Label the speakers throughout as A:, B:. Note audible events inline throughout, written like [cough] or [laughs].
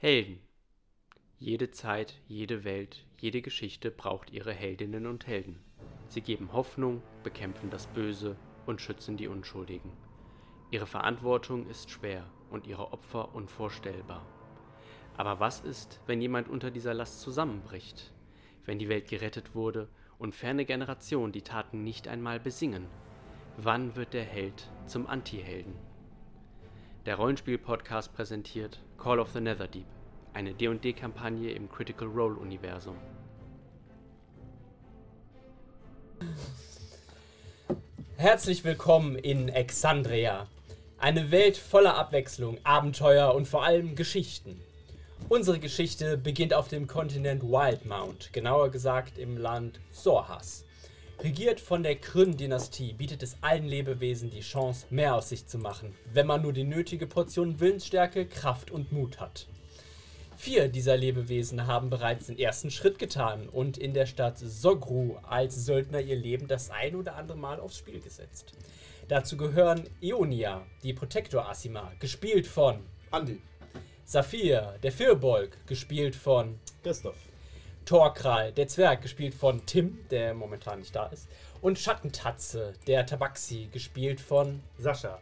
A: Helden. Jede Zeit, jede Welt, jede Geschichte braucht ihre Heldinnen und Helden. Sie geben Hoffnung, bekämpfen das Böse und schützen die Unschuldigen. Ihre Verantwortung ist schwer und ihre Opfer unvorstellbar. Aber was ist, wenn jemand unter dieser Last zusammenbricht? Wenn die Welt gerettet wurde und ferne Generationen die Taten nicht einmal besingen? Wann wird der Held zum Antihelden? Der Rollenspiel-Podcast präsentiert Call of the Netherdeep, eine D&D-Kampagne im Critical Role-Universum.
B: Herzlich willkommen in Exandria. Eine Welt voller Abwechslung, Abenteuer und vor allem Geschichten. Unsere Geschichte beginnt auf dem Kontinent Wildmount, genauer gesagt im Land Sorhas. Regiert von der Kryn-Dynastie bietet es allen Lebewesen die Chance, mehr aus sich zu machen, wenn man nur die nötige Portion Willensstärke, Kraft und Mut hat. Vier dieser Lebewesen haben bereits den ersten Schritt getan und in der Stadt Sogru als Söldner ihr Leben das ein oder andere Mal aufs Spiel gesetzt. Dazu gehören Ionia, die Protector Asima, gespielt von
C: Andi.
B: Saphir, der Firbolg, gespielt von
C: Christoph.
B: Torkral, der Zwerg, gespielt von Tim, der momentan nicht da ist, und Schattentatze, der Tabaxi, gespielt von
C: Sascha.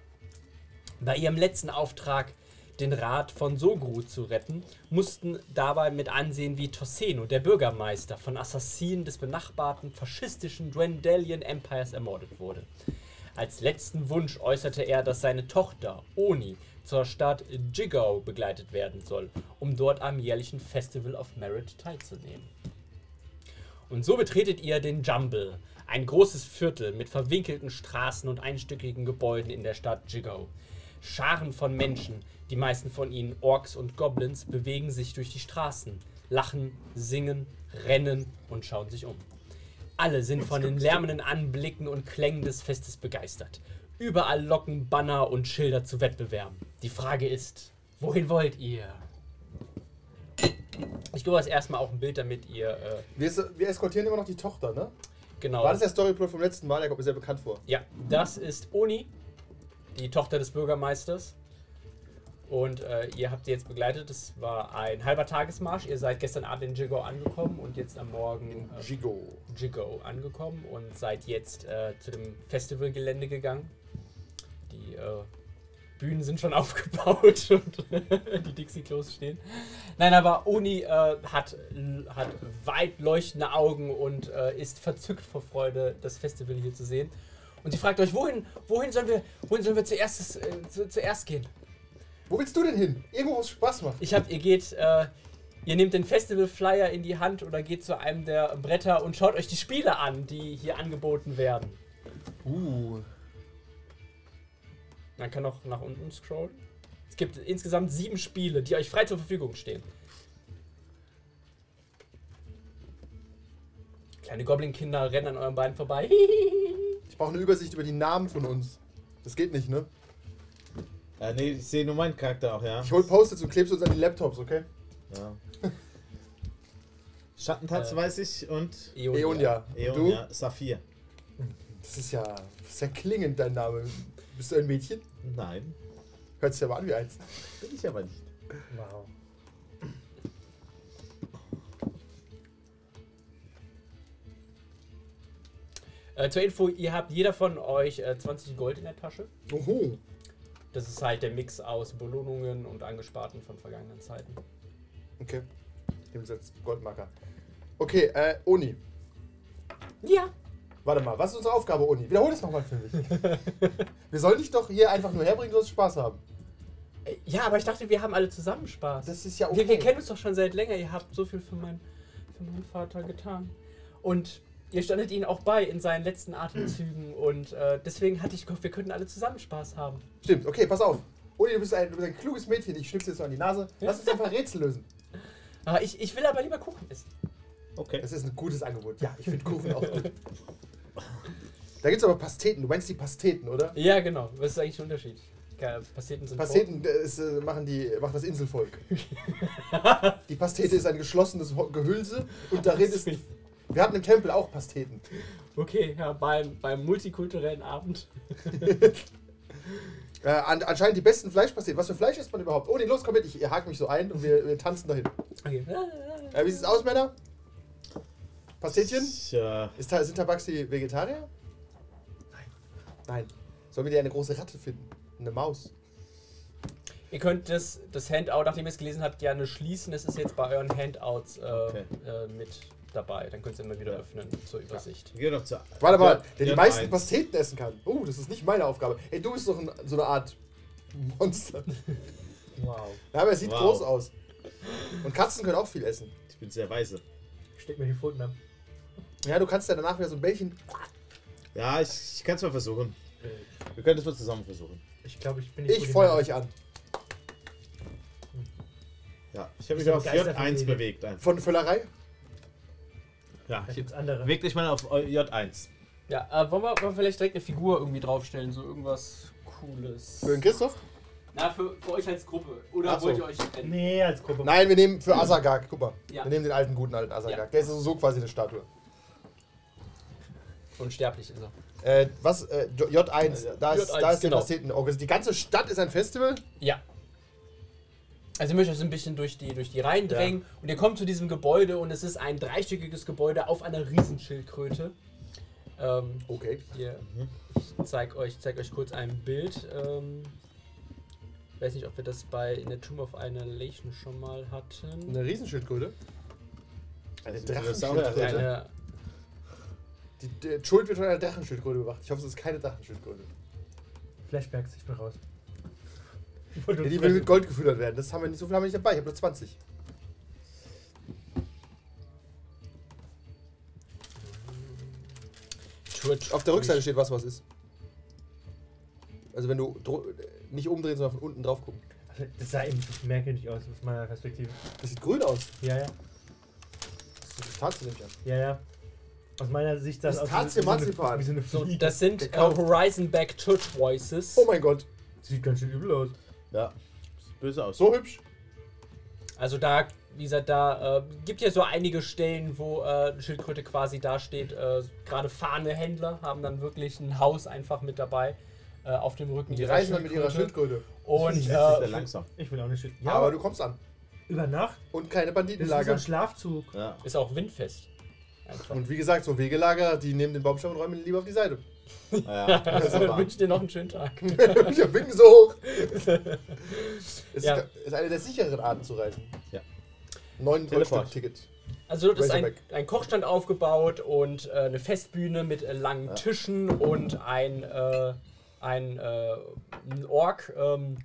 B: bei ihrem letzten Auftrag, den Rat von Sogru zu retten, mussten dabei mit ansehen, wie Torseno, der Bürgermeister von Assassinen des benachbarten faschistischen Dwendalian Empires, ermordet wurde. Als letzten Wunsch äußerte er, dass seine Tochter Oni zur Stadt Jigao begleitet werden soll, um dort am jährlichen Festival of Merit teilzunehmen. Und so betretet ihr den Jumble, ein großes Viertel mit verwinkelten Straßen und einstöckigen Gebäuden in der Stadt Jigao. Scharen von Menschen, die meisten von ihnen Orks und Goblins, bewegen sich durch die Straßen, lachen, singen, rennen und schauen sich um. Alle sind von den lärmenden Anblicken und Klängen des Festes begeistert. Überall locken Banner und Schilder zu Wettbewerben. Die Frage ist, wohin wollt ihr? Ich gebe euch erstmal auch ein Bild, damit ihr äh,
C: Wir, es- wir eskortieren immer noch die Tochter, ne?
B: genau.
C: War das der Storyplot vom letzten Mal? Der kommt mir sehr bekannt vor.
B: Ja, das ist Oni, die Tochter des Bürgermeisters. Und äh, ihr habt sie jetzt begleitet. Es war ein halber Tagesmarsch. Ihr seid gestern Abend in Jigo angekommen und jetzt am Morgen äh,
C: Jigo.
B: Jigo angekommen und seid jetzt äh, zu dem Festivalgelände gegangen. Die äh, Bühnen sind schon [laughs] aufgebaut und [laughs] die Dixie-Klos stehen. Nein, aber Oni äh, hat, hat weit leuchtende Augen und äh, ist verzückt vor Freude, das Festival hier zu sehen. Und sie fragt euch, wohin, wohin sollen wir, wohin sollen wir zuerst, das, äh, zu, zuerst gehen?
C: Wo willst du denn hin? Irgendwo, wo es Spaß macht.
B: Ich hab, ihr geht, äh, ihr nehmt den Festival-Flyer in die Hand oder geht zu einem der Bretter und schaut euch die Spiele an, die hier angeboten werden.
C: Uh.
B: Man kann auch nach unten scrollen. Es gibt insgesamt sieben Spiele, die euch frei zur Verfügung stehen. Kleine Goblin-Kinder rennen an euren Beinen vorbei. [laughs]
C: Ich brauche eine Übersicht über die Namen von uns. Das geht nicht, ne?
D: Äh, nee, ich sehe nur meinen Charakter auch, ja.
C: Ich hol Post-its und kleb's uns an die Laptops, okay?
D: ja. Schattentatz
B: Äh,
D: weiß ich und
C: Eonia. Und du?
D: Eonia, Saphir.
C: Das ist ja. Das ist ja klingend, dein Name. Bist du ein Mädchen?
D: Nein,
C: Hört sich ja mal an wie eins.
D: bin ich aber nicht.
B: Wow. Äh, zur Info, ihr habt jeder von euch äh, 20 Gold in der Tasche.
C: Oho.
B: Das ist halt der Mix aus Belohnungen und Angesparten von vergangenen Zeiten.
C: Okay. Nehmen uns jetzt Goldmarker. Okay, äh, Uni.
B: Ja.
C: Warte mal, was ist unsere Aufgabe, Uni? Wiederhol das nochmal [laughs] für mich. wir sollen dich doch hier einfach nur herbringen, du sollst Spaß haben.
B: Äh, Ja, aber ich dachte, wir haben alle zusammen Spaß.
C: Das ist ja okay.
B: wir, wir kennen uns doch schon seit länger. Ihr habt so viel für, mein, für meinen Vater getan. Und ihr standet ihnen auch bei in seinen letzten Atemzügen. Und äh, deswegen hatte ich gehofft, wir könnten alle zusammen Spaß haben.
C: Stimmt, okay, pass auf. Uli, du bist ein, du bist ein kluges Mädchen. Ich schnipse dir jetzt noch an die Nase. Lass uns einfach Rätsel lösen.
B: Ah, ich, ich will aber lieber Kuchen essen.
D: Okay.
C: Das ist ein gutes Angebot. Ja, ich finde Kuchen auch [laughs] gut. Da gibt es aber Pasteten. Du meinst die Pasteten, oder?
B: Ja, genau. Was ist eigentlich der Unterschied? Keine Ahnung, Pasteten sind
C: Pasteten äh, ist, äh, machen, die, macht das [laughs] Inselvolk. Die Pastete ist ein geschlossenes Ho- Gehülse und darin ist.
B: [laughs] Rot.
C: Wir hatten im Tempel auch Pasteten.
B: Okay, ja, beim, beim multikulturellen Abend.
C: Äh, an, anscheinend die besten Fleischpasteten. Was für Fleisch isst man überhaupt? Oh, nee, los, komm mit, ich, ihr hakt mich so ein und wir, wir tanzen dahin.
B: Okay.
C: Äh, wie sieht's aus, Männer? Pastetchen?
D: Tja.
C: Ist, Ta- sind Tabaxi Vegetarier? Nein. Nein. Sollen wir dir eine große Ratte finden? Eine Maus?
B: Ihr könnt das, das Handout, nachdem ihr es gelesen habt, gerne schließen. Es ist jetzt bei euren Handouts äh,
D: Okay.
B: äh, mit dabei. Dann könnt ihr immer wieder
D: Ja.
B: öffnen zur Übersicht.
D: Geh doch zu.
C: Warte mal,
D: Ja,
C: der die
D: ja,
C: meisten
D: eins.
C: Pasteten essen kann. Oh, das ist nicht meine Aufgabe. Ey, du bist doch ein, so eine Art Monster.
B: Wow.
C: Ja, aber er sieht
D: Wow.
C: groß aus. Und Katzen können auch viel essen.
D: Ich bin sehr weise.
B: Steck mir die Pfoten ab.
C: Ja, du kannst ja danach wieder so ein Bällchen.
D: Ja, ich, ich kann es mal versuchen. Wir können es mal zusammen versuchen.
E: Ich glaube, ich bin nicht
C: Ich
E: gut
C: feuer
E: in-
C: euch an.
D: Ja, ich habe
E: Bist
D: mich
E: du
D: auf
E: begeistert von
D: J1
E: Medien?
D: bewegt. Einfach.
C: Von Völlerei?
D: Ja,
E: Da
D: ich
E: gibt's andere.
D: beweg dich mal auf J1.
B: Ja, äh, wollen, wir, wollen wir vielleicht direkt eine Figur irgendwie draufstellen? So irgendwas Cooles.
C: Für den Christoph?
B: Na, für, für euch als Gruppe. Oder
C: Ach so.
B: wollt ihr euch trennen?
E: Nee, als Gruppe.
C: Nein, wir nehmen für Asagak. Guck mal.
B: Ja.
C: Wir nehmen den alten, guten alten Asagak.
B: Ja.
C: Der ist also so quasi eine Statue.
B: Unsterblich ist er.
C: Äh, was? Äh, J1. Da ist,
B: J1,
C: da ist
B: genau.
C: der Pasteten. Oh, die ganze Stadt ist ein Festival?
B: Ja. Also ihr müsst euch so ein bisschen durch die, durch die Reihen drängen und ihr kommt zu diesem Gebäude und es ist ein dreistöckiges Gebäude auf einer Riesenschildkröte. Ähm,
C: Okay.
B: hier,
C: Mhm.
B: ich zeig euch, zeig euch kurz ein Bild. Ähm, ich weiß nicht, ob wir das bei in der Tomb of Annihilation schon mal hatten.
C: Eine Riesenschildkröte. Eine
D: Das ist auch
C: Drachenschildkröte.
B: Eine,
C: Die, die Schuld wird von einer Drachenschildkröte bewacht. Ich hoffe, es ist keine Drachenschildkröte.
E: Flashbacks, ich bin raus. Ich
C: Ja,
E: wollte
C: die
E: uns
C: will mit
E: sprechen.
C: Gold gefüttert werden. Das haben wir nicht, so viel haben wir nicht dabei. Ich habe nur 20.
B: Twitch.
C: Auf der Rückseite steht was, was ist. Also wenn du dro- äh, nicht umdrehen, sondern von unten drauf gucken.
E: Also, Das sah eben so merkwürdig aus, aus meiner Perspektive.
C: Das sieht grün aus.
E: Ja, ja.
C: Das tat sie nämlich an.
E: Ja, ja. Aus meiner Sicht sah
C: Das
E: es aus
C: Tarz-
E: wie, so eine,
C: Marzipan.
E: wie so eine
B: So,
E: Fliege.
B: das sind äh,
C: Gekauft.
B: Horizon Back Twitch Voices.
C: Oh mein Gott,
E: Sieht ganz schön übel aus.
D: Ja. Sieht Böse aus.
C: so hübsch.
B: Also da, wie gesagt, da äh, gibt ja so einige Stellen, wo äh, eine Schildkröte quasi dasteht. Äh, Gerade Fahnehändler haben dann wirklich ein Haus einfach mit dabei äh, auf dem Rücken.
C: Die
B: ihrer
C: reisen dann mit ihrer
B: Schildkröte.
C: Schildkröte.
B: Und
D: Das ist ja
B: äh,
D: langsam.
E: Ich will auch nicht schützen. Ja,
C: aber
E: aber
C: du kommst an.
E: über Nacht?
C: Und keine
E: Das ist so
C: Banditenlager.
E: ein Schlafzug.
D: Ja.
B: ist auch windfest. Einfach.
C: Und wie gesagt, so Wegelager, die nehmen den Baumstamm und räumen ihn lieber auf die Seite.
D: ja.
C: [laughs] das ist
B: Also,
C: aber-
B: ich wünsche dir noch einen schönen Tag.
C: ich winken so hoch. Es
B: Ja.
C: ist, ist eine der sicheren Arten zu reisen.
D: Ja.
C: Neun
D: Teleport.
C: Ticket.
B: Also dort ist
C: Razorback.
B: ein, ein Kochstand aufgebaut und äh, eine Festbühne mit äh, langen
D: Ja.
B: Tischen und ein, äh, ein, äh, ein Ork, ähm,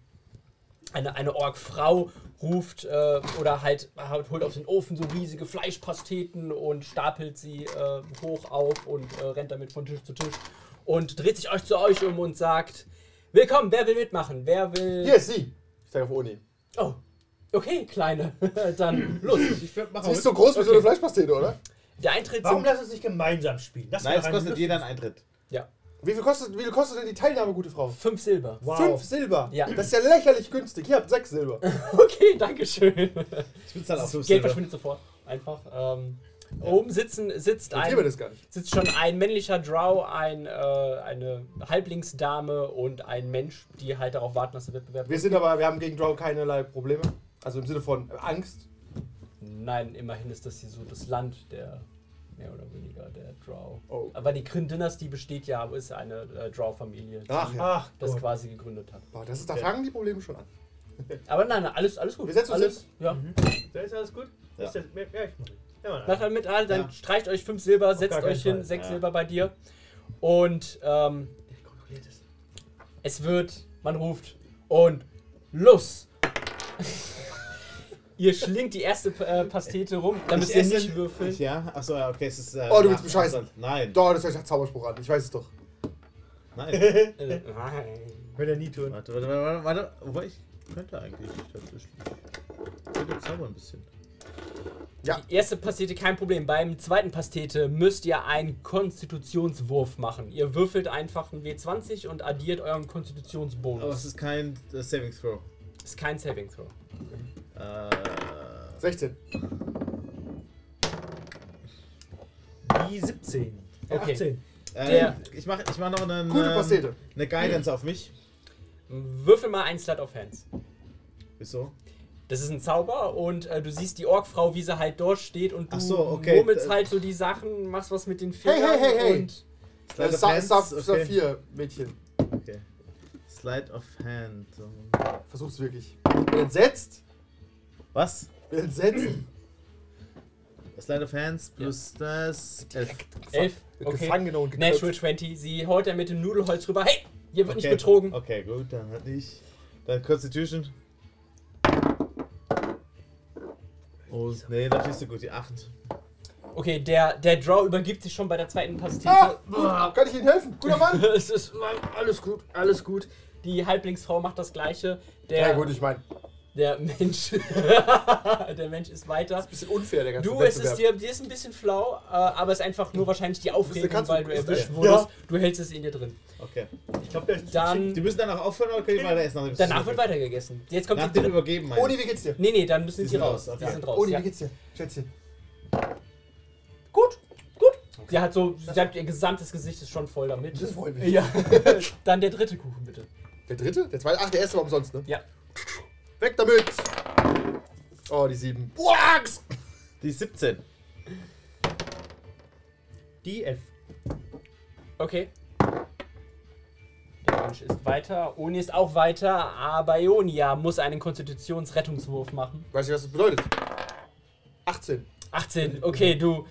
B: eine, eine Ork-Frau ruft äh, oder halt, halt holt auf den Ofen so riesige Fleischpasteten und stapelt sie äh, hoch auf und äh, rennt damit von Tisch zu Tisch und dreht sich euch zu euch um und sagt, willkommen, wer will mitmachen, wer will...
C: Hier ist sie. Ich sage auf Uni.
B: Oh, okay, Kleine, [laughs] dann los.
D: Ich würde
E: Ah,
C: Sie ist so groß wie so eine Fleischpastete, oder?
B: Der Eintritt
E: Warum
B: sind-
E: lass uns nicht gemeinsam spielen? Das
D: Nein,
E: wäre
D: es kostet
E: lustig.
D: jeder einen Eintritt.
B: Ja,
C: Wie viel kostet, wie viel kostet denn die Teilnahme, gute Frau?
B: fünf
C: [laughs]
B: Silber.
E: Wow.
C: Fünf Silber.
B: Ja.
C: Das ist ja lächerlich günstig. Hier habt sechs Silber.
B: Okay, danke schön.
D: Ich würde dann auch
B: Das
D: 5
B: Geld
D: Silber.
B: verschwindet sofort. Einfach. Ähm, Oben sitzen, sitzt,
C: Ich liebe
B: ein,
C: das gar nicht.
B: sitzt schon ein männlicher Drow, ein, äh, eine Halblingsdame und ein Mensch, die halt darauf warten, dass der Wettbewerb
C: Wir sind aber, wir haben gegen Drow keinerlei Probleme. Also im Sinne von Angst.
B: Nein, immerhin ist das hier so das Land der, mehr oder weniger, der Drow.
C: Oh.
B: Aber die Kryn-Dynastie besteht ja, ist eine äh, Drow-Familie, die
C: Ach ja.
E: Ach,
B: das
E: Gott.
B: quasi gegründet hat.
C: Boah, das ist, da fangen die Probleme schon an.
B: Aber nein, nein alles, alles gut.
C: Wir setzen uns
B: alles, ja.
E: Da ist alles gut.
D: Ja.
E: Ist das, ja, ich mach mit. ja, Mann,
B: Macht halt mit, ah, dann
D: Ja.
B: streicht euch fünf Silber, setzt
E: gar keinen
B: euch hin,
E: Fall.
B: sechs
D: Ja.
B: Silber bei dir. Und ähm,
E: Der kontrolliert es.
B: Es wird, man ruft und
E: [laughs]
B: los! ihr schlingt die erste äh, Pastete rum, da müsst ihr nicht würfeln.
D: Ja, achso, ja, okay, es ist. Äh,
C: Oh, du willst
D: nach-
C: mich scheißen.
D: Abstand. Nein,
C: Doch, das hört sich nach Zauberspruch an. Ich weiß es doch. [laughs]
D: nein.
B: Äh, nein.
E: Wird er nie tun.
D: Warte, warte, warte, warte, warte. Wobei ich könnte eigentlich tatsächlich. Ich könnte zaubern ein bisschen.
C: Ja.
B: Die erste Pastete kein Problem. Beim zweiten Pastete müsst ihr einen Konstitutionswurf machen. Ihr würfelt einfach einen W20 und addiert euren
D: Aber es
B: Konstitutionsbonus.
D: ist kein äh, Saving Throw.
B: ist kein Saving Throw.
D: Äh,
C: 16.
E: Die 17.
B: Okay.
E: 18.
D: äh,
B: Der-
D: ich mache ich mach noch einen.
C: Gute
D: ähm,
C: Pastete.
D: Eine Guidance auf mich.
B: Würfel mal ein Slut of Hands.
D: Wieso?
B: Das ist ein Zauber und äh, du siehst die Orkfrau, wie sie halt dort steht und du
D: Ach so, okay.
B: murmelst
D: Da-
B: halt so die Sachen, machst was mit den
C: Äh, Hey,
B: Fingern
C: hey, hey, hey.
B: und
D: Slide of
C: Äh, Sa
D: Hand.
C: Sa
D: okay.
C: Saphir, Mädchen.
D: okay. Slide of Hand.
C: Versuch's wirklich. Bin entsetzt.
D: Was?
C: Bin entsetzt.
D: Slide of Hands plus das. Elf.
B: elf.
C: Wird
B: Okay.
C: Gefangen genommen und geköpft.
B: Natural 20. Sie holt er mit dem Nudelholz rüber. Hey, hier wird
D: Okay.
B: nicht betrogen.
D: Okay, gut, dann hatte ich. Dann Constitution. Oh, nee, das ist so gut, die 8.
B: Okay, der, der Draw übergibt sich schon bei der zweiten Pastete.
C: Ah, gut, kann ich Ihnen helfen? Guter Mann.
B: [laughs] es ist alles gut, alles gut. Die Halblingsfrau macht das gleiche. Der,
C: Ja gut, ich meine,
B: der Mensch. [laughs] der Mensch ist weiter.
C: bisschen unfair der ganze
B: Du, es
C: Wettbewerb.
B: ist dir, dir ist ein bisschen flau, äh, aber es ist einfach nur wahrscheinlich die Aufregung,
C: Katze,
B: weil du
C: ist
B: erwischt
C: eine-
B: wurdest.
C: Ja.
B: Du hältst es in dir drin.
D: Okay.
E: Ich glaube, der ist
B: Dann
D: Die müssen danach aufhören oder können die weiter essen? Also,
B: danach wird weitergegessen. Jetzt kommt
D: Nach
B: die
D: dem
B: dritte.
D: Übergeben, meine
C: Oni,
D: ich.
C: wie geht's dir?
B: Nee, nee, dann müssen
D: Die
B: sie
D: sind
B: raus.
D: raus,
B: Die
D: okay. Oh,
B: sind raus.
C: Oni,
B: ja.
C: wie geht's dir? Schätzchen.
B: Gut, gut. Sie hat so, sie hat ihr gesamtes Gesicht ist schon voll damit.
C: Das freut mich.
B: Ja. Dann der dritte Kuchen, bitte.
C: Der dritte? Der zweite? Ach, der erste war umsonst, ne?
B: Ja.
C: Weg damit! Oh, die sieben. Boax!
D: Die 17.
E: die elf.
B: Okay. Der Mensch ist weiter. Oni ist auch weiter, aber Ionia muss einen Konstitutionsrettungswurf machen.
C: Weiß ich, was das bedeutet? 18.
D: Mhm.
B: 18, okay, du.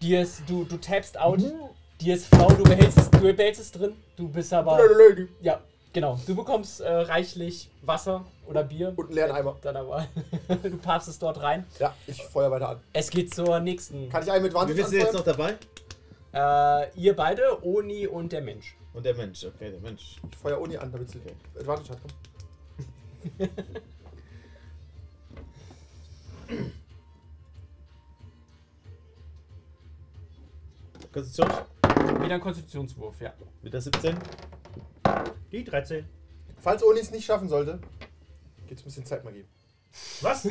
B: Dir ist, du, du tappst out.
D: Mhm.
B: Dir ist flau, du behältst es, du behältst es drin. Du bist aber.
C: Blöde Lady.
B: Ja, genau. Du bekommst äh, reichlich Wasser oder Bier.
C: Und einen leeren Eimer.
B: Dann aber. [laughs] du paffst es dort rein.
C: Ja, ich feuer weiter an.
B: Es geht zur nächsten.
C: Kann ich einen mit
D: Wie
C: Wand
D: viel sind jetzt noch dabei?
B: Äh, ihr beide, Oni und der Mensch.
D: Und der Mensch, okay, der Mensch.
C: Ich feuer Uni an, damit sie
D: Okay.
C: Advantage hat. Komm.
D: Konstitution?
B: Wieder ein Konstitutionswurf, ja.
D: Wieder 17.
E: Die 13.
C: Falls Uni es nicht schaffen sollte, gibt's ein bisschen Zeitmagie.
E: Was?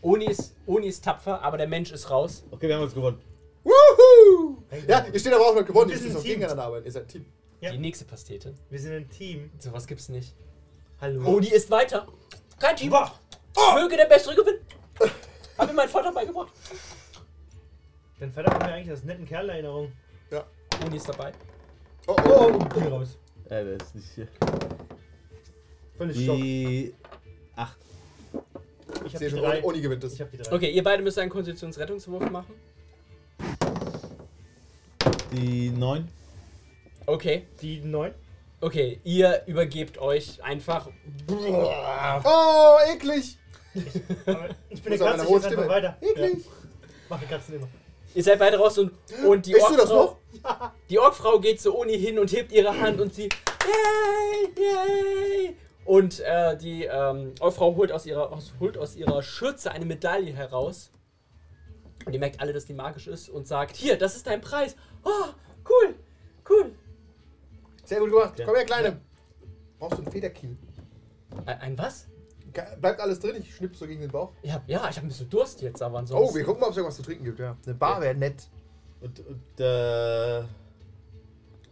B: Oni ist, Oni ist tapfer, aber der Mensch ist raus.
D: Okay, wir haben uns gewonnen.
C: Woohoo! Ja, ihr steht aber auch noch gewonnen. Ihr
E: Wir sind
C: müsst noch
E: ein Team.
C: gegeneinander arbeiten. Ihr seid ein Team.
E: Ja.
B: Die nächste Pastete.
E: Wir sind ein Team.
B: Sowas gibt's nicht.
E: Hallo.
B: Oni ist weiter. Kein Team.
E: Boah.
C: Oh!
B: Möge der Bessere gewinnen. Hab ihm meinen Vater beigebracht.
E: Dann verdammt mir eigentlich das netten Kerl in Erinnerung.
B: Oni ist dabei.
C: Oh, oh, oh.
E: Hier raus.
D: Äh, der ist nicht hier.
E: Völlig Stock.
D: Die 8.
E: Ich
C: Ich
E: hab
C: sehe
E: die
C: schon,
E: drei.
C: Uni, Uni gewinnt das.
E: Ich hab die drei.
B: Okay, ihr beide müsst einen Konstitutionsrettungswurf machen.
D: Die 9.
B: Okay.
E: Die neun.
B: Okay, ihr übergebt euch einfach.
C: Oh, eklig!
E: Aber ich bin
C: Muss aber eine
E: der Katze,
C: hohe
E: ich jetzt einfach
C: Stimme.
E: weiter.
C: Eklig!
E: Mach die Katzen immer.
B: Ihr seid beide raus und, und die
C: Isst du das
B: Orkfrau.
C: noch?
B: Die Orkfrau geht zu Oni hin und hebt ihre Hand und sie. Yay! Yay! Und äh, die ähm, Orkfrau holt aus, ihrer, aus, holt aus ihrer Schürze eine Medaille heraus. Und ihr merkt alle, dass die magisch ist und sagt: Hier, das ist dein Preis. Oh, cool, cool.
C: Sehr gut gemacht.
D: Ja.
C: Komm her, Kleine. Brauchst du einen Federkiel?
B: Ein, "Äh, ein was?
C: Ge- Bleibt alles drin, ich schnipp so gegen den Bauch.
B: Ja, ja, ich habe ein bisschen Durst jetzt, aber ansonsten.
C: Oh, wir gucken mal, ob es irgendwas zu trinken gibt, ja. Eine Bar wäre nett.
D: Und, und, äh.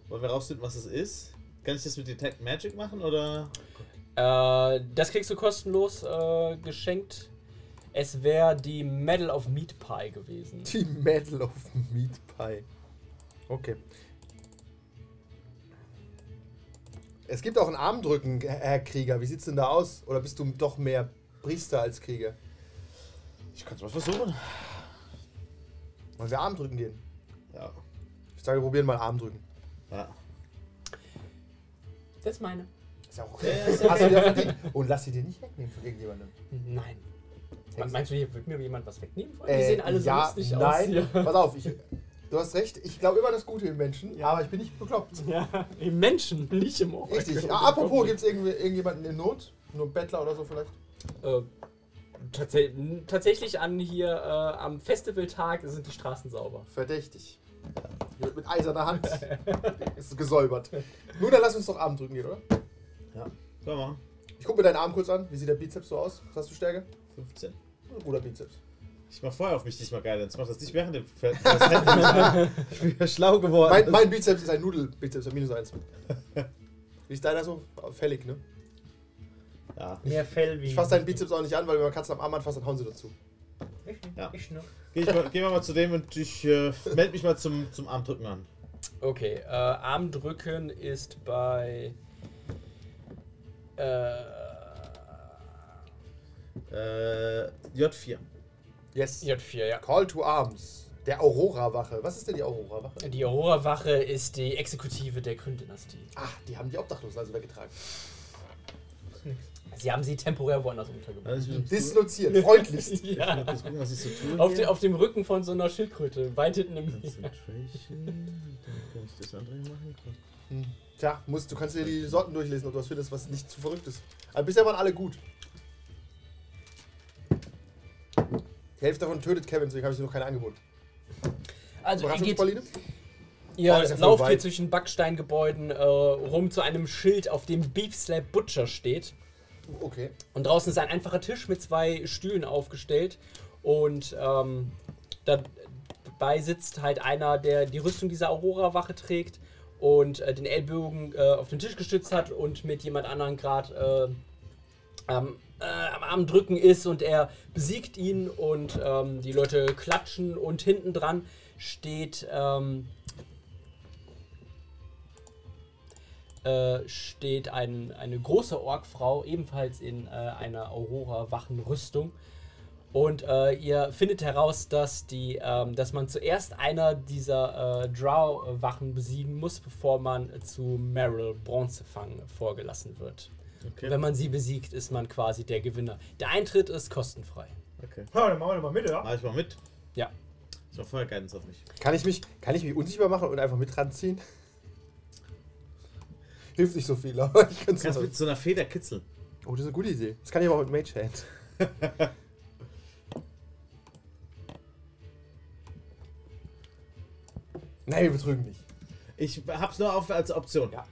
D: Wollen wir rausfinden, was es ist? Kann ich das mit Detect Magic machen oder.
B: Äh, das kriegst du kostenlos äh, geschenkt. Es wäre die Medal of Meat Pie gewesen.
C: Die Medal of Meat Pie. Okay. Es gibt auch ein Armdrücken, Herr Krieger. Wie sieht's denn da aus? Oder bist du doch mehr Priester als Krieger?
D: Ich kann es mal versuchen.
C: Wollen wir Armdrücken gehen?
D: Ja.
C: Ich sage, wir probieren mal Armdrücken.
D: Ja.
B: Das ist meine.
C: Ist ja auch
D: Ja,
C: okay.
D: ist ja
C: Hast du dir verdient. Und lass sie dir nicht wegnehmen von irgendjemandem.
B: Nein. Me-
C: Hängst-
B: Meinst du, hier wird mir jemand was wegnehmen wollen?
C: Äh,
B: Die sehen alle so
C: ja,
B: lustig aus
C: nein.
B: hier.
C: [laughs] Pass auf, ich, du hast recht. Ich glaube immer das Gute im Menschen,
B: Ja. Oh
C: aber ich bin nicht bekloppt.
B: Ja, im Menschen, nicht im Ort.
C: Richtig.
B: [laughs]
C: Ah, apropos, gibt es irgendjemanden in Not? Nur einen Bettler oder so vielleicht?
B: Äh, tatsä tatsächlich an hier äh, am Festivaltag sind die Straßen sauber.
C: Verdächtig. Hier wird Mit eiserner Hand [laughs] ist gesäubert. Nun, dann lass uns doch Arm drücken gehen, oder?
D: Können wir machen.
C: Ich guck mir deinen Arm kurz an. Wie sieht der Bizeps so aus? Was hast du Stärke?
D: 15.
C: Ein guter Bizeps.
D: Ich mach vorher auf mich diesmal geil, sonst mach das nicht während dem [laughs] Pferd. Das hält mich an. Ich bin ja schlau geworden.
C: Mein, mein Bizeps ist ein Nudel-Bizeps, ein minus eins. Wie ist deiner so? Fällig, ne?
D: Ja.
E: Mehr Fell wie.
C: Ich fasse deinen Bizeps auch nicht an, weil wenn man Katzen am Arm anfasst, dann hauen sie dazu.
E: Ich,
D: Ja.
E: ich nur.
D: Geh, ich mal, gehen wir mal zu dem und ich äh, melde mich mal zum, zum Armdrücken an.
B: Okay, äh, Armdrücken ist bei. Äh,
D: Äh, J4.
C: Yes.
B: J4, ja.
C: Call to Arms. Der Aurora-Wache. Was ist denn die Aurora-Wache?
B: Die Aurora-Wache ist die Exekutive der Gründynastie.
C: Ach, Ah, die haben die Obdachlosen also weggetragen.
B: Sie haben sie temporär woanders untergebracht.
D: Also ich muss kurz-
C: Disloziert, freundlichst.
B: [laughs] ja.
D: kurz gucken, was ich so tue.
B: Auf, de, auf dem Rücken von so einer Schildkröte, weit hinten im Meer.
D: Concentration. Dann kann ich das andere machen.
C: Tja, musst, du kannst dir die Sorten durchlesen, ob du was findest, was nicht zu verrückt ist. Aber bisher waren alle gut. Die Hälfte davon tötet Kevin, deswegen habe ich dir noch kein Angebot.
B: Also, ihr, geht,
C: Überraschungspralinen?
B: ihr
C: Oh, das ist ja voll
B: lauft hier
C: weit.
B: zwischen Backsteingebäuden äh, rum zu einem Schild, auf dem Beef Slab Butcher steht.
C: Okay.
B: Und draußen ist ein einfacher Tisch mit zwei Stühlen aufgestellt. Und ähm, dabei sitzt halt einer, der die Rüstung dieser Aurora-Wache trägt und äh, den Ellbogen äh, auf den Tisch gestützt hat und mit jemand anderem gerade äh, am, äh, am Arm drücken ist. Und er besiegt ihn und ähm, die Leute klatschen. Und hinten dran steht. Ähm, äh, steht ein, eine große Orkfrau, ebenfalls in äh, einer Aurora-Wachenrüstung. Und äh, ihr findet heraus, dass, die, ähm, dass man zuerst einer dieser äh, Drow-Wachen besiegen muss, bevor man zu Meryl Bronzefang vorgelassen wird.
D: Okay.
B: Wenn man sie besiegt, ist man quasi der Gewinner. Der Eintritt ist kostenfrei.
D: okay.
E: Ja, dann machen wir mal mit, oder?
D: Mach ich mal mit.
B: Ja.
D: Ist war vorher Guidance auf mich.
C: Kann ich, mich, kann ich mich unsichtbar machen und einfach mit ranziehen? [laughs] Hilft nicht so viel, aber ich könnte
D: Kannst
C: es
D: mit so einer Feder kitzeln.
C: Oh, das ist eine gute Idee. Das kann ich aber auch mit Mage Hand. [laughs] Nein, wir betrügen nicht.
D: Ich hab's nur auf, als Option.
B: Ja.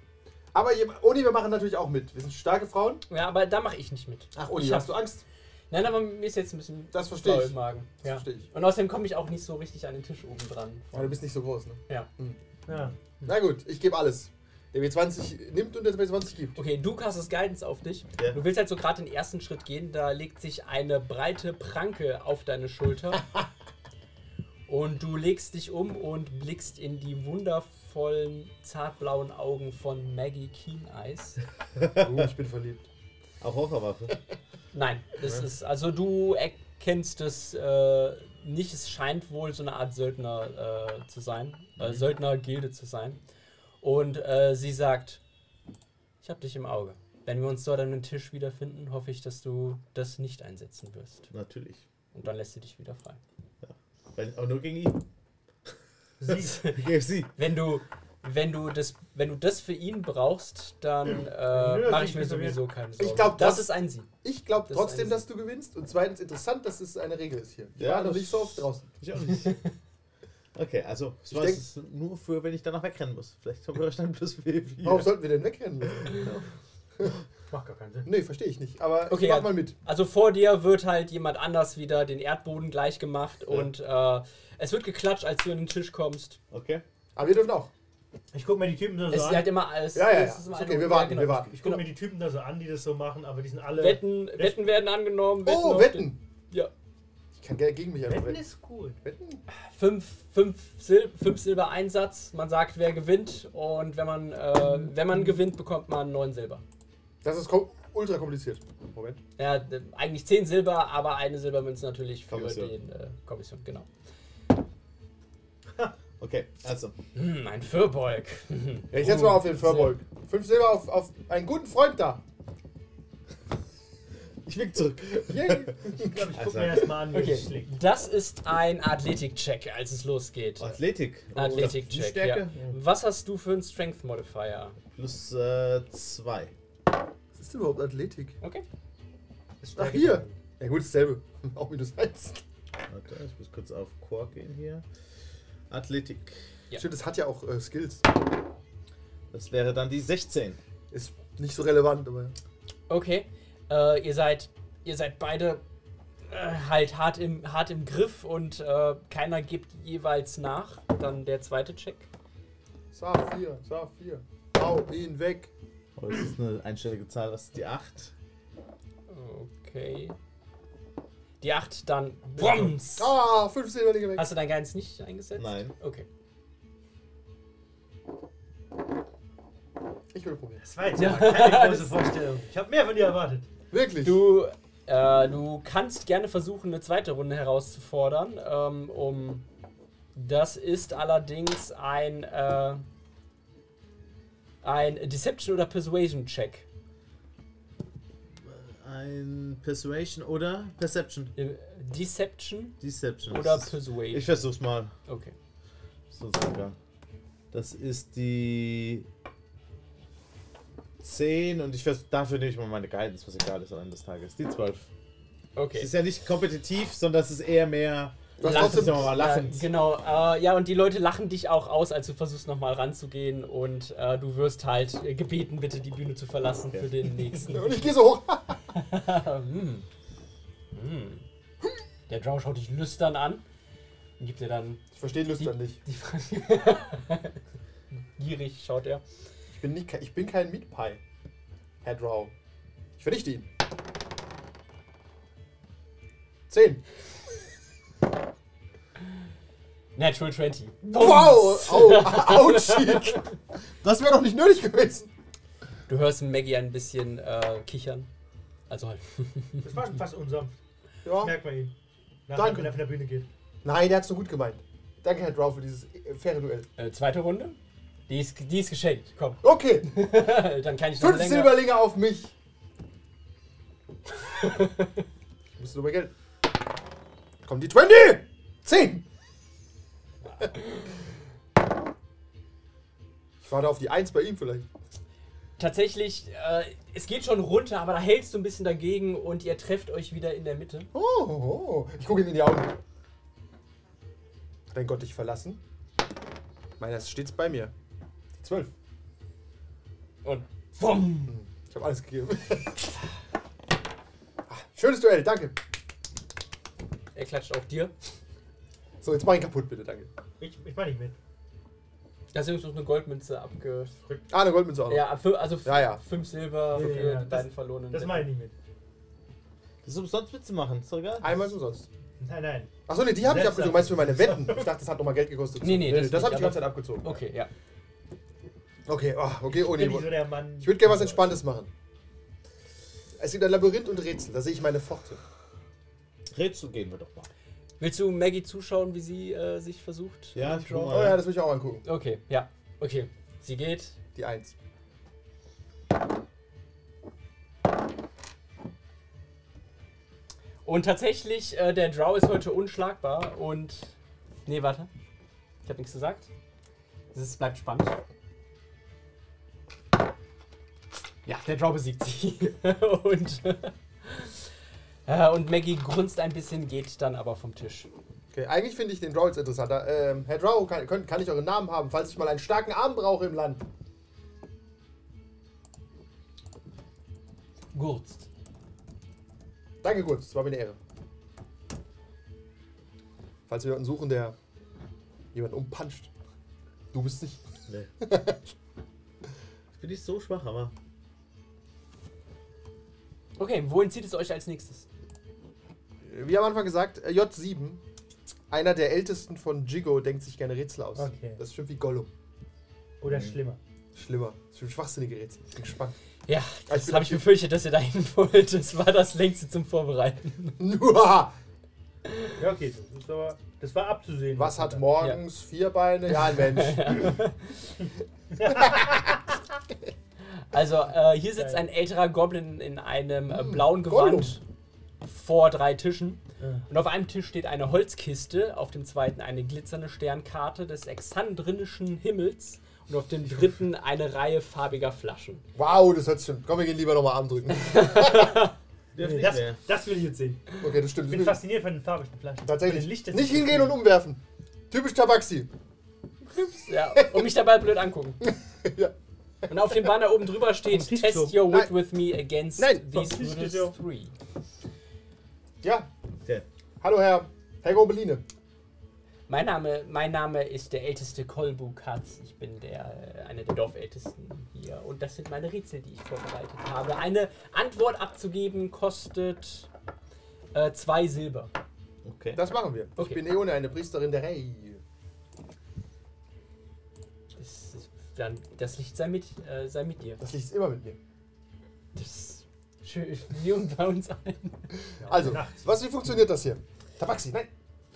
C: Aber je- Uni, wir machen natürlich auch mit. Wir sind starke Frauen.
B: Ja, aber da mache ich nicht mit.
C: Ach, Uni,
B: Ich hab-
C: hast du Angst?
B: Nein, aber mir ist jetzt ein bisschen
C: Das verstehe
B: blau
C: ich.
B: im Magen. Ja.
C: verstehe ich.
B: Und außerdem komme ich auch nicht so richtig an den Tisch oben dran.
C: Ja, du bist nicht so groß, ne?
B: Ja.
E: Ja.
C: Na gut, ich gebe alles. Der W20 nimmt und der W20 gibt.
B: Okay, du castest Guidance auf dich.
D: Ja.
B: Du willst halt so gerade den ersten Schritt gehen. Da legt sich eine breite Pranke auf deine Schulter. und du legst dich um und blickst in die wundervollen, zartblauen Augen von Maggie Keen Eyes.
C: Oh, ich bin verliebt.
D: Auch Horrorwaffe. [laughs]
B: Nein, es ist. Also du erkennst es äh, nicht. Es scheint wohl so eine Art Söldner äh, zu sein. Äh, Söldner-Gilde zu sein. Und äh, sie sagt: Ich hab dich im Auge. Wenn wir uns dort an den Tisch wiederfinden, hoffe ich, dass du das nicht einsetzen wirst.
D: Natürlich.
B: Und dann lässt sie dich wieder frei.
D: Wenn, auch nur gegen ihn. [laughs]
E: Sie.
D: Gegen sie.
B: Wenn du, wenn du das, wenn du das für ihn brauchst, dann äh,
E: das
B: mache
E: ist
B: ich mir
E: nicht so wild.
B: sowieso keine Sorgen.
C: glaub,
B: das
C: das-
B: ist ein Sie.
C: Ich glaube
B: Das ist
C: trotzdem,
B: eine-
C: dass du gewinnst. Und zweitens interessant, dass es eine Regel ist hier. Ich
D: Ja,
C: war noch
D: das-
C: nicht so oft draußen.
D: Ich auch nicht. [laughs] Okay, also ich
C: Ich
D: weiß
C: denk-
D: es nur für, wenn ich danach wegrennen muss. Vielleicht habe ich dann plus W4.
C: Warum sollten wir denn wegrennen?
E: Macht gar keinen Sinn.
C: Nee, verstehe ich nicht. Aber
B: Okay,
C: ich mach
B: ja.
C: mal mit.
B: Also vor dir wird halt jemand anders wieder den Erdboden gleich gemacht und äh, es wird geklatscht, als du an den Tisch kommst.
D: Okay.
C: Aber wir dürfen auch.
E: Ich guck mir die Typen da so
B: Es ist
E: an.
B: halt immer alles.
C: Ja, ja,
B: es
C: ja.
B: ist immer
C: Ist
B: eine-
C: okay, wir warten,
B: genau.
C: wir warten.
E: Ich guck
B: Genau.
E: mir die Typen da so an, die das so machen, aber die sind alle.
B: Wetten, Wetten werden angenommen. Wetten
C: oh,
B: auf
C: Wetten!
B: den- Ja.
C: Ich kann gerne gegen mich einfach
E: Wetten
C: wetten.
E: ist gut.
C: Wetten?
B: Fünf, fünf, Sil fünf Silber Einsatz. Man sagt, wer gewinnt und wenn man, äh, wenn man gewinnt, bekommt man neun Silber.
C: Das ist kom ultra kompliziert. Moment.
B: Ja, äh, eigentlich zehn Silber, aber eine Silbermünze natürlich für
D: Kommission.
B: den äh, Kommission. Genau.
D: Okay, also.
B: Hm, ein Fürbolg.
C: Ja, ich
B: Oh,
C: setze mal auf den Furbolg. Fünf Silber auf, auf einen guten Freund da.
D: Ich wink zurück.
C: Yay. [laughs]
E: Ich glaube, ich guck
D: Also-
E: mir das mal an, wie
B: Okay,
E: es schlägt.
B: das ist ein Athletik-Check, als es losgeht.
D: Athletik.
B: Athletik-Check. Ja.
D: Oh, Stärke.
B: Was hast du für einen Strength Modifier?
D: Plus äh, 2.
C: Was ist denn überhaupt Athletik?
B: Okay.
C: Ach, hier. Ja gut, dasselbe. [laughs] Auch minus eins.
D: Warte, ich muss kurz auf Core gehen hier. Athletik.
B: Ja.
C: Stimmt, das hat ja auch äh, Skills.
D: Das wäre dann die 16.
C: Ist nicht so relevant, aber.
B: Okay. Äh, ihr seid ihr seid beide äh, halt hart im hart im Griff und äh, keiner gibt jeweils nach. Dann der zweite Check.
C: Saphir, Saphir. Hau ihn weg.
D: Aber es Oh, ist eine einstellige Zahl, das ist die 8.
B: Okay. Die 8 dann. Bombs!
C: Ah, 15 Überlege weg.
B: Hast du dein Geist nicht eingesetzt?
D: Nein.
B: Okay.
C: Ich will probieren.
E: Das war jetzt ja. keine große Vorstellung. Ich habe mehr von dir erwartet.
C: Wirklich.
B: Du, äh, du kannst gerne versuchen, eine zweite Runde herauszufordern. Ähm, um das ist allerdings ein, äh, ein Deception oder Persuasion Check.
D: Ein Persuasion oder Perception?
B: Äh, Deception
D: Deception.
B: oder
D: Das ist-
B: Persuasion.
D: Ich versuch's mal.
B: Okay.
D: So sogar. Das ist die 10 und ich vers dafür nehme ich mal meine Guidance, was egal ist am Ende des Tages. Die 12. Es
B: Okay.
D: ist ja nicht kompetitiv, sondern es ist eher mehr.
C: Du hast
D: Lass
C: trotzdem-
D: uns doch mal lachen.
B: Ja, genau, äh, ja, und die Leute lachen dich auch aus, als du versuchst nochmal ranzugehen und äh, du wirst halt äh, gebeten, bitte die Bühne zu verlassen
D: Okay.
B: für den nächsten.
C: Und ich gehe so hoch.
B: Hm. Hm. Der Drow schaut dich lüstern an und gibt dir dann
C: Ich verstehe
B: die,
C: Lüstern nicht.
B: die Frage. Gierig schaut er.
C: Ich bin, nicht, ke- ich bin kein Meat Pie. Herr Drow. Ich vernichte ihn. 10.
B: Natural 20.
C: Wow! Au, [laughs] ouchie. Das wäre doch nicht nötig gewesen.
B: Du hörst Maggie ein bisschen äh, kichern. Also halt.
E: Das war schon fast unsanft.
C: Ja.
E: Merkt man ihn. Nachher,
C: Danke.
E: wenn er von der Bühne geht.
C: Nein, der hat's nur gut gemeint. Danke, Herr Drow, für dieses äh, faire Duell.
B: Äh, zweite Runde. Die ist, die ist geschenkt. Komm. äh,
C: Okay.
B: [laughs] dann kann ich noch
C: Fünf
B: länger.
C: Silberlinge
B: [laughs]
C: auf mich. ich muss nur mal Geld. Kommt die 20!
B: [laughs]
C: 10! Ich warte auf die 1 bei ihm vielleicht.
B: Tatsächlich, äh, es geht schon runter, aber da hältst du ein bisschen dagegen und ihr trefft euch wieder in der Mitte.
C: Oh, oh, oh. ich gucke ihm in die Augen. Hat dein Gott dich verlassen? Meiner ist stets bei mir. Die 12.
B: Und bumm.
C: Ich habe alles gegeben. [laughs] Ah, Schönes Duell, danke.
B: Er klatscht auch dir.
C: So, jetzt mach ihn kaputt, bitte, danke.
E: Ich, ich mach nicht mit.
B: Da ist übrigens noch eine Goldmünze abge.
C: Ah, eine Goldmünze auch noch.
B: Ja, ab fün- also f-
C: Ja, ja.
B: fünf Silber
E: Ja,
B: für
E: ja, ja.
B: die
E: Das-
B: beiden verlorenen.
E: Das mach ich nicht mit.
D: Das ist umsonst mitzumachen, ist doch egal.
C: Einmal ist umsonst.
E: Nein, nein.
C: Achso, nee, die habe ich
E: Letzter.
C: abgezogen. Meinst du für meine Wetten? Ich dachte, das hat nochmal Geld gekostet.
B: Nee, nee, das
C: das, habe
B: nicht,
C: ich die ganze
B: aber-
C: Zeit abgezogen.
B: Okay, ja.
C: Okay, oh, okay, oh
E: Ich
C: nee.
E: bin nicht so der Mann.
C: Ich würde gerne was Entspanntes machen. Es gibt ein Labyrinth und Rätsel, da sehe ich meine Pforte.
D: Rätsel gehen wir doch mal.
B: Willst du Maggie zuschauen, wie sie äh, sich versucht?
D: Ja,
B: äh,
D: ich guck
C: Oh
D: mal.
C: ja, das will ich auch angucken.
B: Okay, ja. Okay. Sie geht.
C: Die 1.
B: Und tatsächlich, äh, der Draw ist heute unschlagbar und. Nee, warte. Ich habe nichts gesagt. Es ist- bleibt spannend. Ja, der Draw besiegt sie. [laughs] und. Äh, und Maggie grunzt ein bisschen, geht dann aber vom Tisch.
C: Okay, eigentlich finde ich den Drow jetzt interessanter. Ähm, Herr Drow, kann, könnt, kann ich euren Namen haben, falls ich mal einen starken Arm brauche im Land?
B: Gurzt.
C: Danke kurz, es war mir eine Ehre. Falls wir jemanden suchen, der jemanden umpuncht. Du bist nicht.
D: Nee. ich bin nicht so schwach, aber.
B: Okay, wohin zieht es euch als nächstes?
C: Wie am Anfang gesagt, äh, J7, einer der ältesten von Jigo, denkt sich gerne Rätsel aus.
E: Okay.
C: Das stimmt wie Gollum.
E: Oder schlimmer.
C: Schlimmer. Das sind schwachsinnige Rätsel. Ich bin gespannt.
B: Ja,
C: Ich
B: das
C: bin-
B: habe Also ich befürchtet, dass ihr dahin [laughs] wollt. Das war das längste zum Vorbereiten.
C: [laughs] Nuha!
E: Ja, okay. Das, ist aber, das war abzusehen.
C: Was hat morgens vier Beine? Ja, ein Mensch.
B: Also, äh, hier sitzt
E: Geil.
B: ein älterer Goblin in einem äh,
C: Mm,
B: blauen
C: Gollum.
B: Gewand vor drei Tischen.
E: Ja.
B: Und auf einem Tisch steht eine Holzkiste, auf dem zweiten eine glitzernde Sternkarte des exandrinischen Himmels und auf dem dritten eine Reihe farbiger Flaschen.
C: Wow, das hört sich schon. Komm, wir gehen lieber nochmal Arm drücken.
D: Dürfen
E: Nee,
D: nicht
E: das,
D: mehr.
E: das will ich jetzt sehen.
C: Okay, das stimmt.
E: Ich bin fasziniert von den farbigen Flaschen. Von
C: Mhm. Tatsächlich.
E: den Licht, das
C: Nicht
E: ich-
C: hingehen und um- umwerfen. Typisch Tabaxi.
B: Ja, und mich dabei blöd angucken.
C: Ja.
B: Und auf dem Banner oben drüber steht:
E: Am Tisch
B: Test
E: so.
B: your wit
C: Nein.
B: with me against
C: Nein,
E: vom
B: these
E: Tisch
B: noodles
E: steht ja.
B: three.
C: Ja.
D: Der.
C: Hallo, Herr. Herr Gobeline.
B: Mein Name, mein Name ist der älteste Kolbu Katz. Ich bin der, äh, einer der Dorfältesten hier. Und das sind meine Rätsel, die ich vorbereitet habe. Eine Antwort abzugeben kostet äh, zwei Silber.
D: Okay.
C: Das machen wir.
B: Okay.
C: Ich bin Eone, eine Priesterin der Rei.
B: Das, ist dann, das Licht sei mit, äh, sei mit dir.
C: Das liegt immer mit mir.
B: Das ist schön. [laughs] Wir und bei uns allen.
C: Also,
E: nachts.
C: was, wie funktioniert das hier? Tabaxi, nein.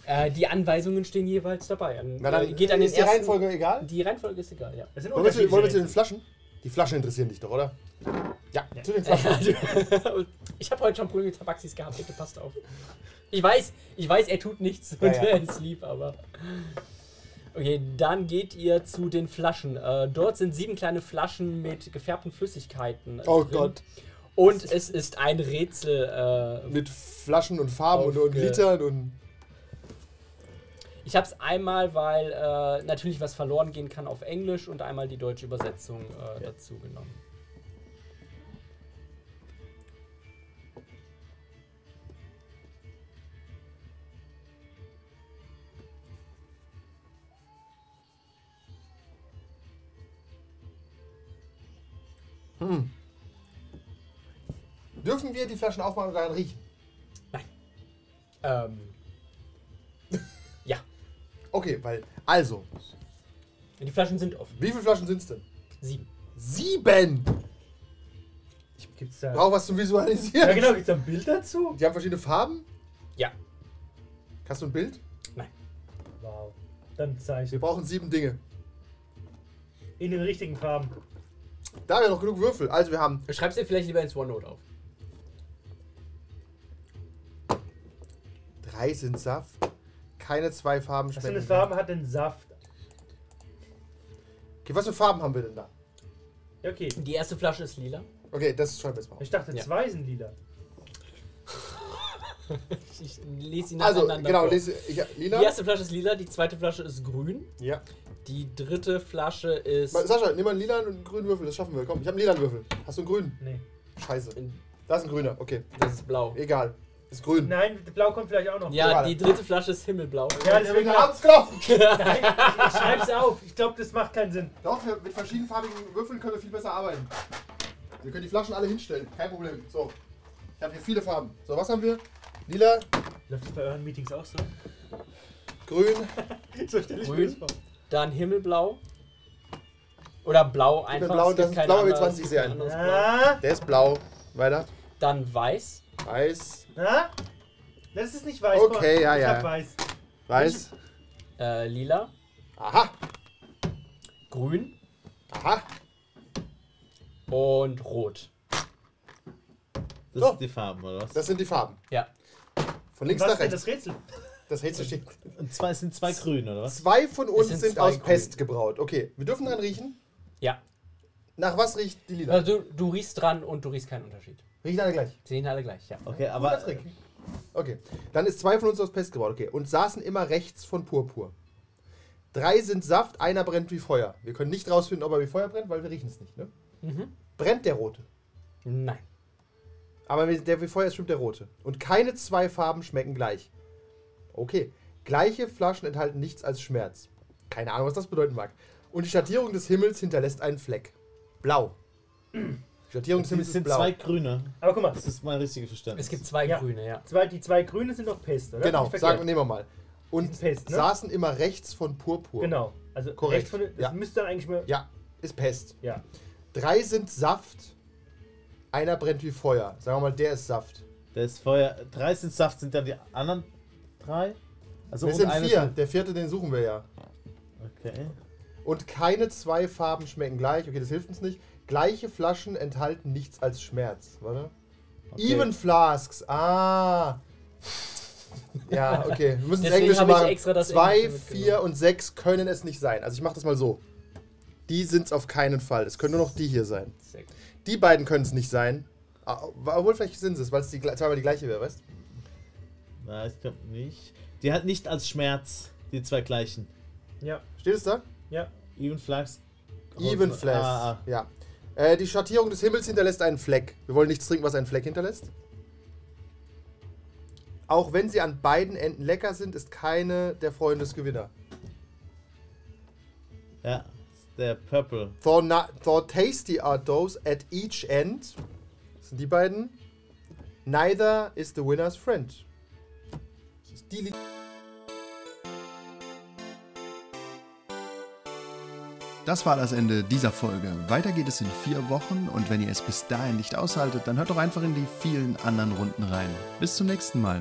B: Äh, die Anweisungen stehen jeweils dabei. An,
C: Na dann
B: äh, geht an den
C: ist die
B: ersten-
C: Reihenfolge egal.
B: Die Reihenfolge ist egal, ja.
E: Das sind
C: Wollen wir, zu,
E: unterschiedliche
C: wollen wir zu den
E: Rätsel.
C: Flaschen? Die Flaschen interessieren dich doch, oder? Ja,
E: Ja.
C: zu den Flaschen.
B: [laughs] ich habe heute schon Prügel Tabaxis gehabt, bitte passt auf. Ich weiß, ich weiß, er tut nichts und
C: ja.
B: er ist lieb, aber. Okay, dann geht ihr zu den Flaschen. Äh, dort sind sieben kleine Flaschen mit gefärbten Flüssigkeiten. äh,
C: Oh Gott.
B: Und es ist ein Rätsel. Äh,
C: Mit Flaschen und Farben und, und
B: Aufge-
C: Litern und.
B: ich habe es einmal, weil äh, natürlich was verloren gehen kann auf Englisch und einmal die deutsche Übersetzung äh, dazu genommen.
C: Dürfen wir die Flaschen aufmachen und daran riechen?
B: Ähm. ja,
C: Okay, weil. Also,
B: die Flaschen sind offen.
C: wie viele Flaschen sind es denn?
B: Sieben.
C: Sieben!
E: Gibt's da.
C: Brauch was zum Visualisieren.
E: Ja, genau, gibt's da ein Bild dazu?
C: Die haben verschiedene Farben.
B: Ja.
C: Hast du ein Bild?
E: Wow. Dann
C: Wir
E: Zeichen.
C: brauchen sieben Dinge.
E: In den richtigen Farben.
C: Da haben wir noch genug Würfel. Also, wir haben
B: Schreib's dir vielleicht lieber ins OneNote auf.
C: drei sind Saft. Keine zwei Farben
E: Was für eine
C: schmecken.
E: Farbe hat denn Saft?
C: Okay, was für Farben haben wir denn da?
E: Ja, okay.
B: Die erste Flasche ist lila.
C: Okay, das schreiben wir jetzt mal auf.
E: Ich dachte,
B: Ja.
E: zwei sind lila.
B: Ich lese sie
C: Also,
B: nacheinander.
C: genau,
B: vor.
C: lese ich. Lila?
B: Die erste Flasche ist lila, die zweite Flasche ist grün,
C: Ja.
B: die dritte Flasche ist.
C: Mal, Sascha, nimm mal einen lilan und einen grünen Würfel, das schaffen wir. Komm, ich habe einen lilan Würfel. Hast du einen grünen?
E: Nee.
C: Scheiße. Da ist ein grüner, okay.
B: Das ist blau.
C: Egal. Ist grün.
E: Nein, blau kommt vielleicht auch noch.
B: Ja,
C: Egal.
B: die dritte Flasche ist himmelblau.
E: ja
C: Wir
E: deswegen.
C: haben abends gelaufen.
E: Nein, ich, ich schreib's auf. Ich glaube, das macht keinen Sinn.
C: Doch, wir, mit verschiedenfarbigen Würfeln können wir viel besser arbeiten. Wir können die Flaschen alle hinstellen, kein Problem. So, ich habe hier viele Farben. So, was haben wir? Lila,
E: Läuft das bei euren Meetings auch so?
C: grün,
E: [laughs] So stelle ich mir
B: Grün.
E: das vor.
B: Dann himmelblau. Oder blau einfach.
C: blau,
B: es gibt
C: das ist
B: kein
C: blauer
B: anderes-
C: W20
B: es gibt
C: sehr
B: kein
C: ein.
B: anderes Blau.
E: Ah,
C: der ist blau. Weiter.
B: Dann weiß.
C: Weiß,
E: ah? Das ist nicht weiß.
C: Okay,
E: Guck mal,
C: ja,
E: ich
C: ja.
E: Hab weiß.
C: weiß.
B: Äh, lila.
C: Aha,
B: Grün.
C: aha.
B: Und rot.
D: Das
C: So.
D: sind die Farben, oder was?
C: Das sind die Farben.
B: Ja.
C: Von links
E: Was
C: nach
E: denn
C: rechts.
E: das Rätsel?
C: Das Rätsel steht.
D: Und zwei, es sind zwei grün, oder was?
C: Zwei von uns
B: sind
C: sind,
B: zwei
C: aus
B: grün.
C: Pest gebraut. Okay, wir dürfen dran riechen.
B: Ja.
C: Nach was riecht die Lila?
B: Also, du riechst dran und du riechst keinen Unterschied.
C: Riechen alle gleich.
B: Sie sehen alle gleich, ja.
D: Okay,
C: Guter
D: aber.
C: Trick. Okay. Dann ist zwei von uns aus Pest gebaut. Okay. Und saßen immer rechts von Purpur. Drei sind Saft, einer brennt wie Feuer. Wir können nicht rausfinden, ob er wie Feuer brennt, weil wir riechen es nicht. Ne?
B: Mhm.
C: Brennt der Rote.
B: Nein.
C: Aber wenn der wie Feuer ist, stimmt der Rote. Und keine zwei Farben schmecken gleich. Okay. Gleiche Flaschen enthalten nichts als Schmerz. Keine Ahnung, was das bedeuten mag. Und die Schattierung des Himmels hinterlässt einen Fleck. Blau. Die Schattierung des
D: Es
C: Himmels ist
D: sind
C: blau.
D: zwei grüne.
E: Aber guck mal,
D: Das ist mein richtiges Verständnis.
B: Es gibt zwei
E: Ja.
B: grüne, ja.
E: zwei, die zwei Grünen sind doch Pest, oder?
C: Genau,
E: Nicht verkehrt.
C: sagen, wir- nehmen wir mal. Und
E: sind Pest, ne?
C: saßen immer rechts von Purpur.
E: Genau. Also
C: Korrekt,
E: rechts von das
C: ja.
E: müsste dann eigentlich mehr.
C: Ja, ist Pest.
E: Ja.
C: Drei sind Saft, einer brennt wie Feuer. Sagen wir mal, der ist Saft.
D: Der ist Feuer. Drei sind Saft, sind dann die anderen drei? Also
C: Wir
D: und
C: sind
D: eine-
C: vier, der vierte, den suchen wir ja.
D: Okay.
C: Und keine zwei Farben schmecken gleich. Okay, das hilft uns nicht. Gleiche Flaschen enthalten nichts als Schmerz. Warte.
D: Okay.
C: Even Flasks. Ah. Ja, okay. Wir müssen es
B: Deswegen
C: Englisch
B: habe ich
C: machen.
B: extra das
C: Zwei,
B: Englische mitgenommen.
C: vier und sechs können es nicht sein. Also ich mache das mal so. Die sind es auf keinen Fall. Es können nur noch die hier sein.
B: Sehr gut.
C: Die beiden können es nicht sein. Ah, Obwohl, vielleicht sind sie es, weil es die, gle- zweimal die gleiche wäre, weißt du?
D: Nein, ich glaube nicht. Die hat nicht als Schmerz, die zwei gleichen.
E: Ja.
C: Steht es da?
E: Ja.
D: Even Flags.
C: Even Flash.
D: Ah, ah.
C: Ja. Äh, die Schattierung des Himmels hinterlässt einen Fleck. Wir wollen nichts trinken, was einen Fleck hinterlässt. Auch wenn sie an beiden Enden lecker sind, ist keine der Freundesgewinner.
D: Ja, der Purple.
C: Thor, na, Thor tasty are those at each end. Das sind die beiden. Neither is the winner's friend. Das ist die Li
F: Das war das Ende dieser Folge. Weiter geht es in vier Wochen und wenn ihr es bis dahin nicht aushaltet, dann hört doch einfach in die vielen anderen Runden rein. Bis zum nächsten Mal.